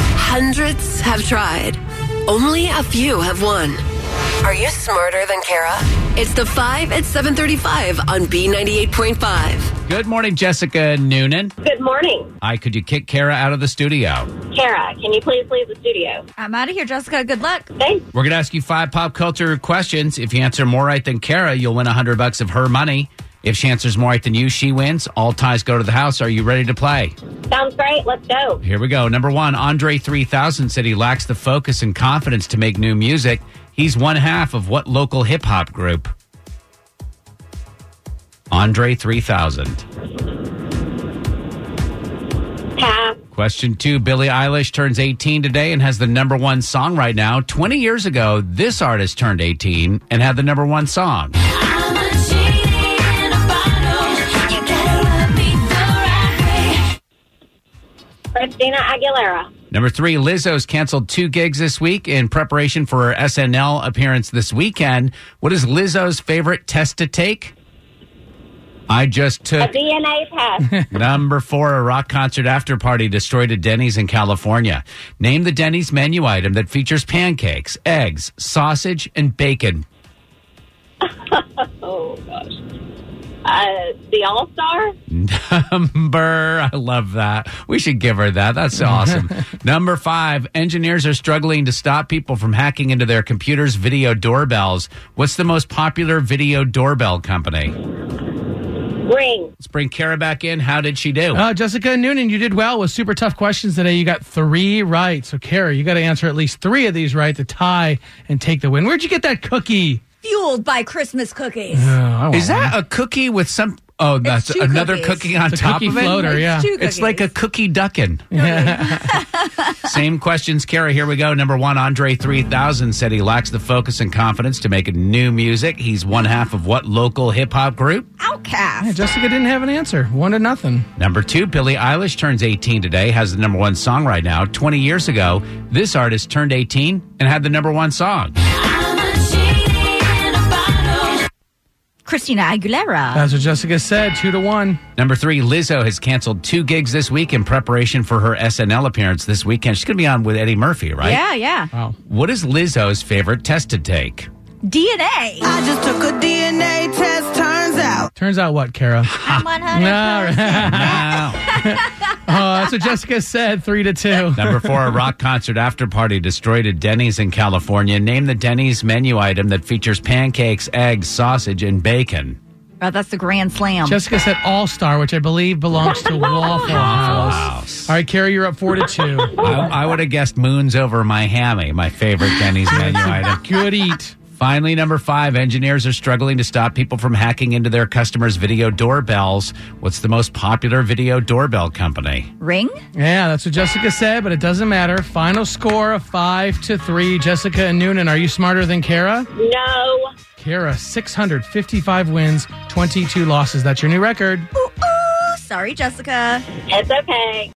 Hundreds have tried. Only a few have won. Are you smarter than Kara? It's the 5 at 735 on B98.5. Good morning, Jessica Noonan. Good morning, I could you kick Kara out of the studio? Kara. Can you please leave the studio? I'm out of here, Jessica. Good luck. Thanks. We're gonna ask you five pop culture questions. If you answer more right than Kara, you'll win hundred bucks of her money. If she answers more right than you, she wins. All ties go to the house. Are you ready to play? Sounds great. Let's go. Here we go. Number one, Andre 3000 said he lacks the focus and confidence to make new music. He's one half of what local hip hop group? Andre 3000. Pass. Question two Billie Eilish turns 18 today and has the number one song right now. 20 years ago, this artist turned 18 and had the number one song. Christina Aguilera. Number three, Lizzo's canceled two gigs this week in preparation for her SNL appearance this weekend. What is Lizzo's favorite test to take? I just A took DNA test. number four, a rock concert after party destroyed at Denny's in California. Name the Denny's menu item that features pancakes, eggs, sausage, and bacon. oh gosh. Uh, the All Star. Number, I love that. We should give her that. That's awesome. Number five, engineers are struggling to stop people from hacking into their computers' video doorbells. What's the most popular video doorbell company? Ring. Let's bring Kara back in. How did she do? Uh, Jessica Noonan, you did well with super tough questions today. You got three right. So, Kara, you got to answer at least three of these right to tie and take the win. Where'd you get that cookie? Fueled by Christmas cookies. Is that a cookie with some? Oh, that's two another cookies. cookie on It's a top cookie of it. floater, It's yeah. two It's like a cookies. cookie duckin. Same questions, Kara. Here we go. Number one, Andre 3000 said he lacks the focus and confidence to make new music. He's one half of what local hip hop group? Yeah, outcast. Jessica didn't have an answer. One to nothing. Number two, Billie Eilish turns 18 today, has the number one song right now. 20 years ago, this artist turned 18 and had the number one song. Christina Aguilera. That's what Jessica said. Two to one. Number three, Lizzo has canceled two gigs this week in preparation for her SNL appearance this weekend. She's going to be on with Eddie Murphy, right? yeah, yeah. Wow. What is Lizzo's favorite test to take? DNA. I just took a DNA test, turns out. Turns out what, Kara? I'm 100. All right. Wow. Uh, that's what Jessica said. Three to two. Number four, a rock concert after party destroyed at Denny's in California. Name the Denny's menu item that features pancakes, eggs, sausage, and bacon. Oh, that's the grand slam. Jessica said All Star, which I believe belongs to Waffle House. House. All right, Kara, you're up four to two. I, I would have guessed moons over my hammy, my favorite Denny's menu item. Good eat. Finally, number five, engineers are struggling to stop people from hacking into their customers' video doorbells. What's the most popular video doorbell company? Ring? Yeah, that's what Jessica said, but it doesn't matter. Final score of five to three. Jessica and Noonan, are you smarter than Kara? No. Kara, 655 wins, 22 losses. That's your new record. Ooh, ooh. Sorry, Jessica. It's okay.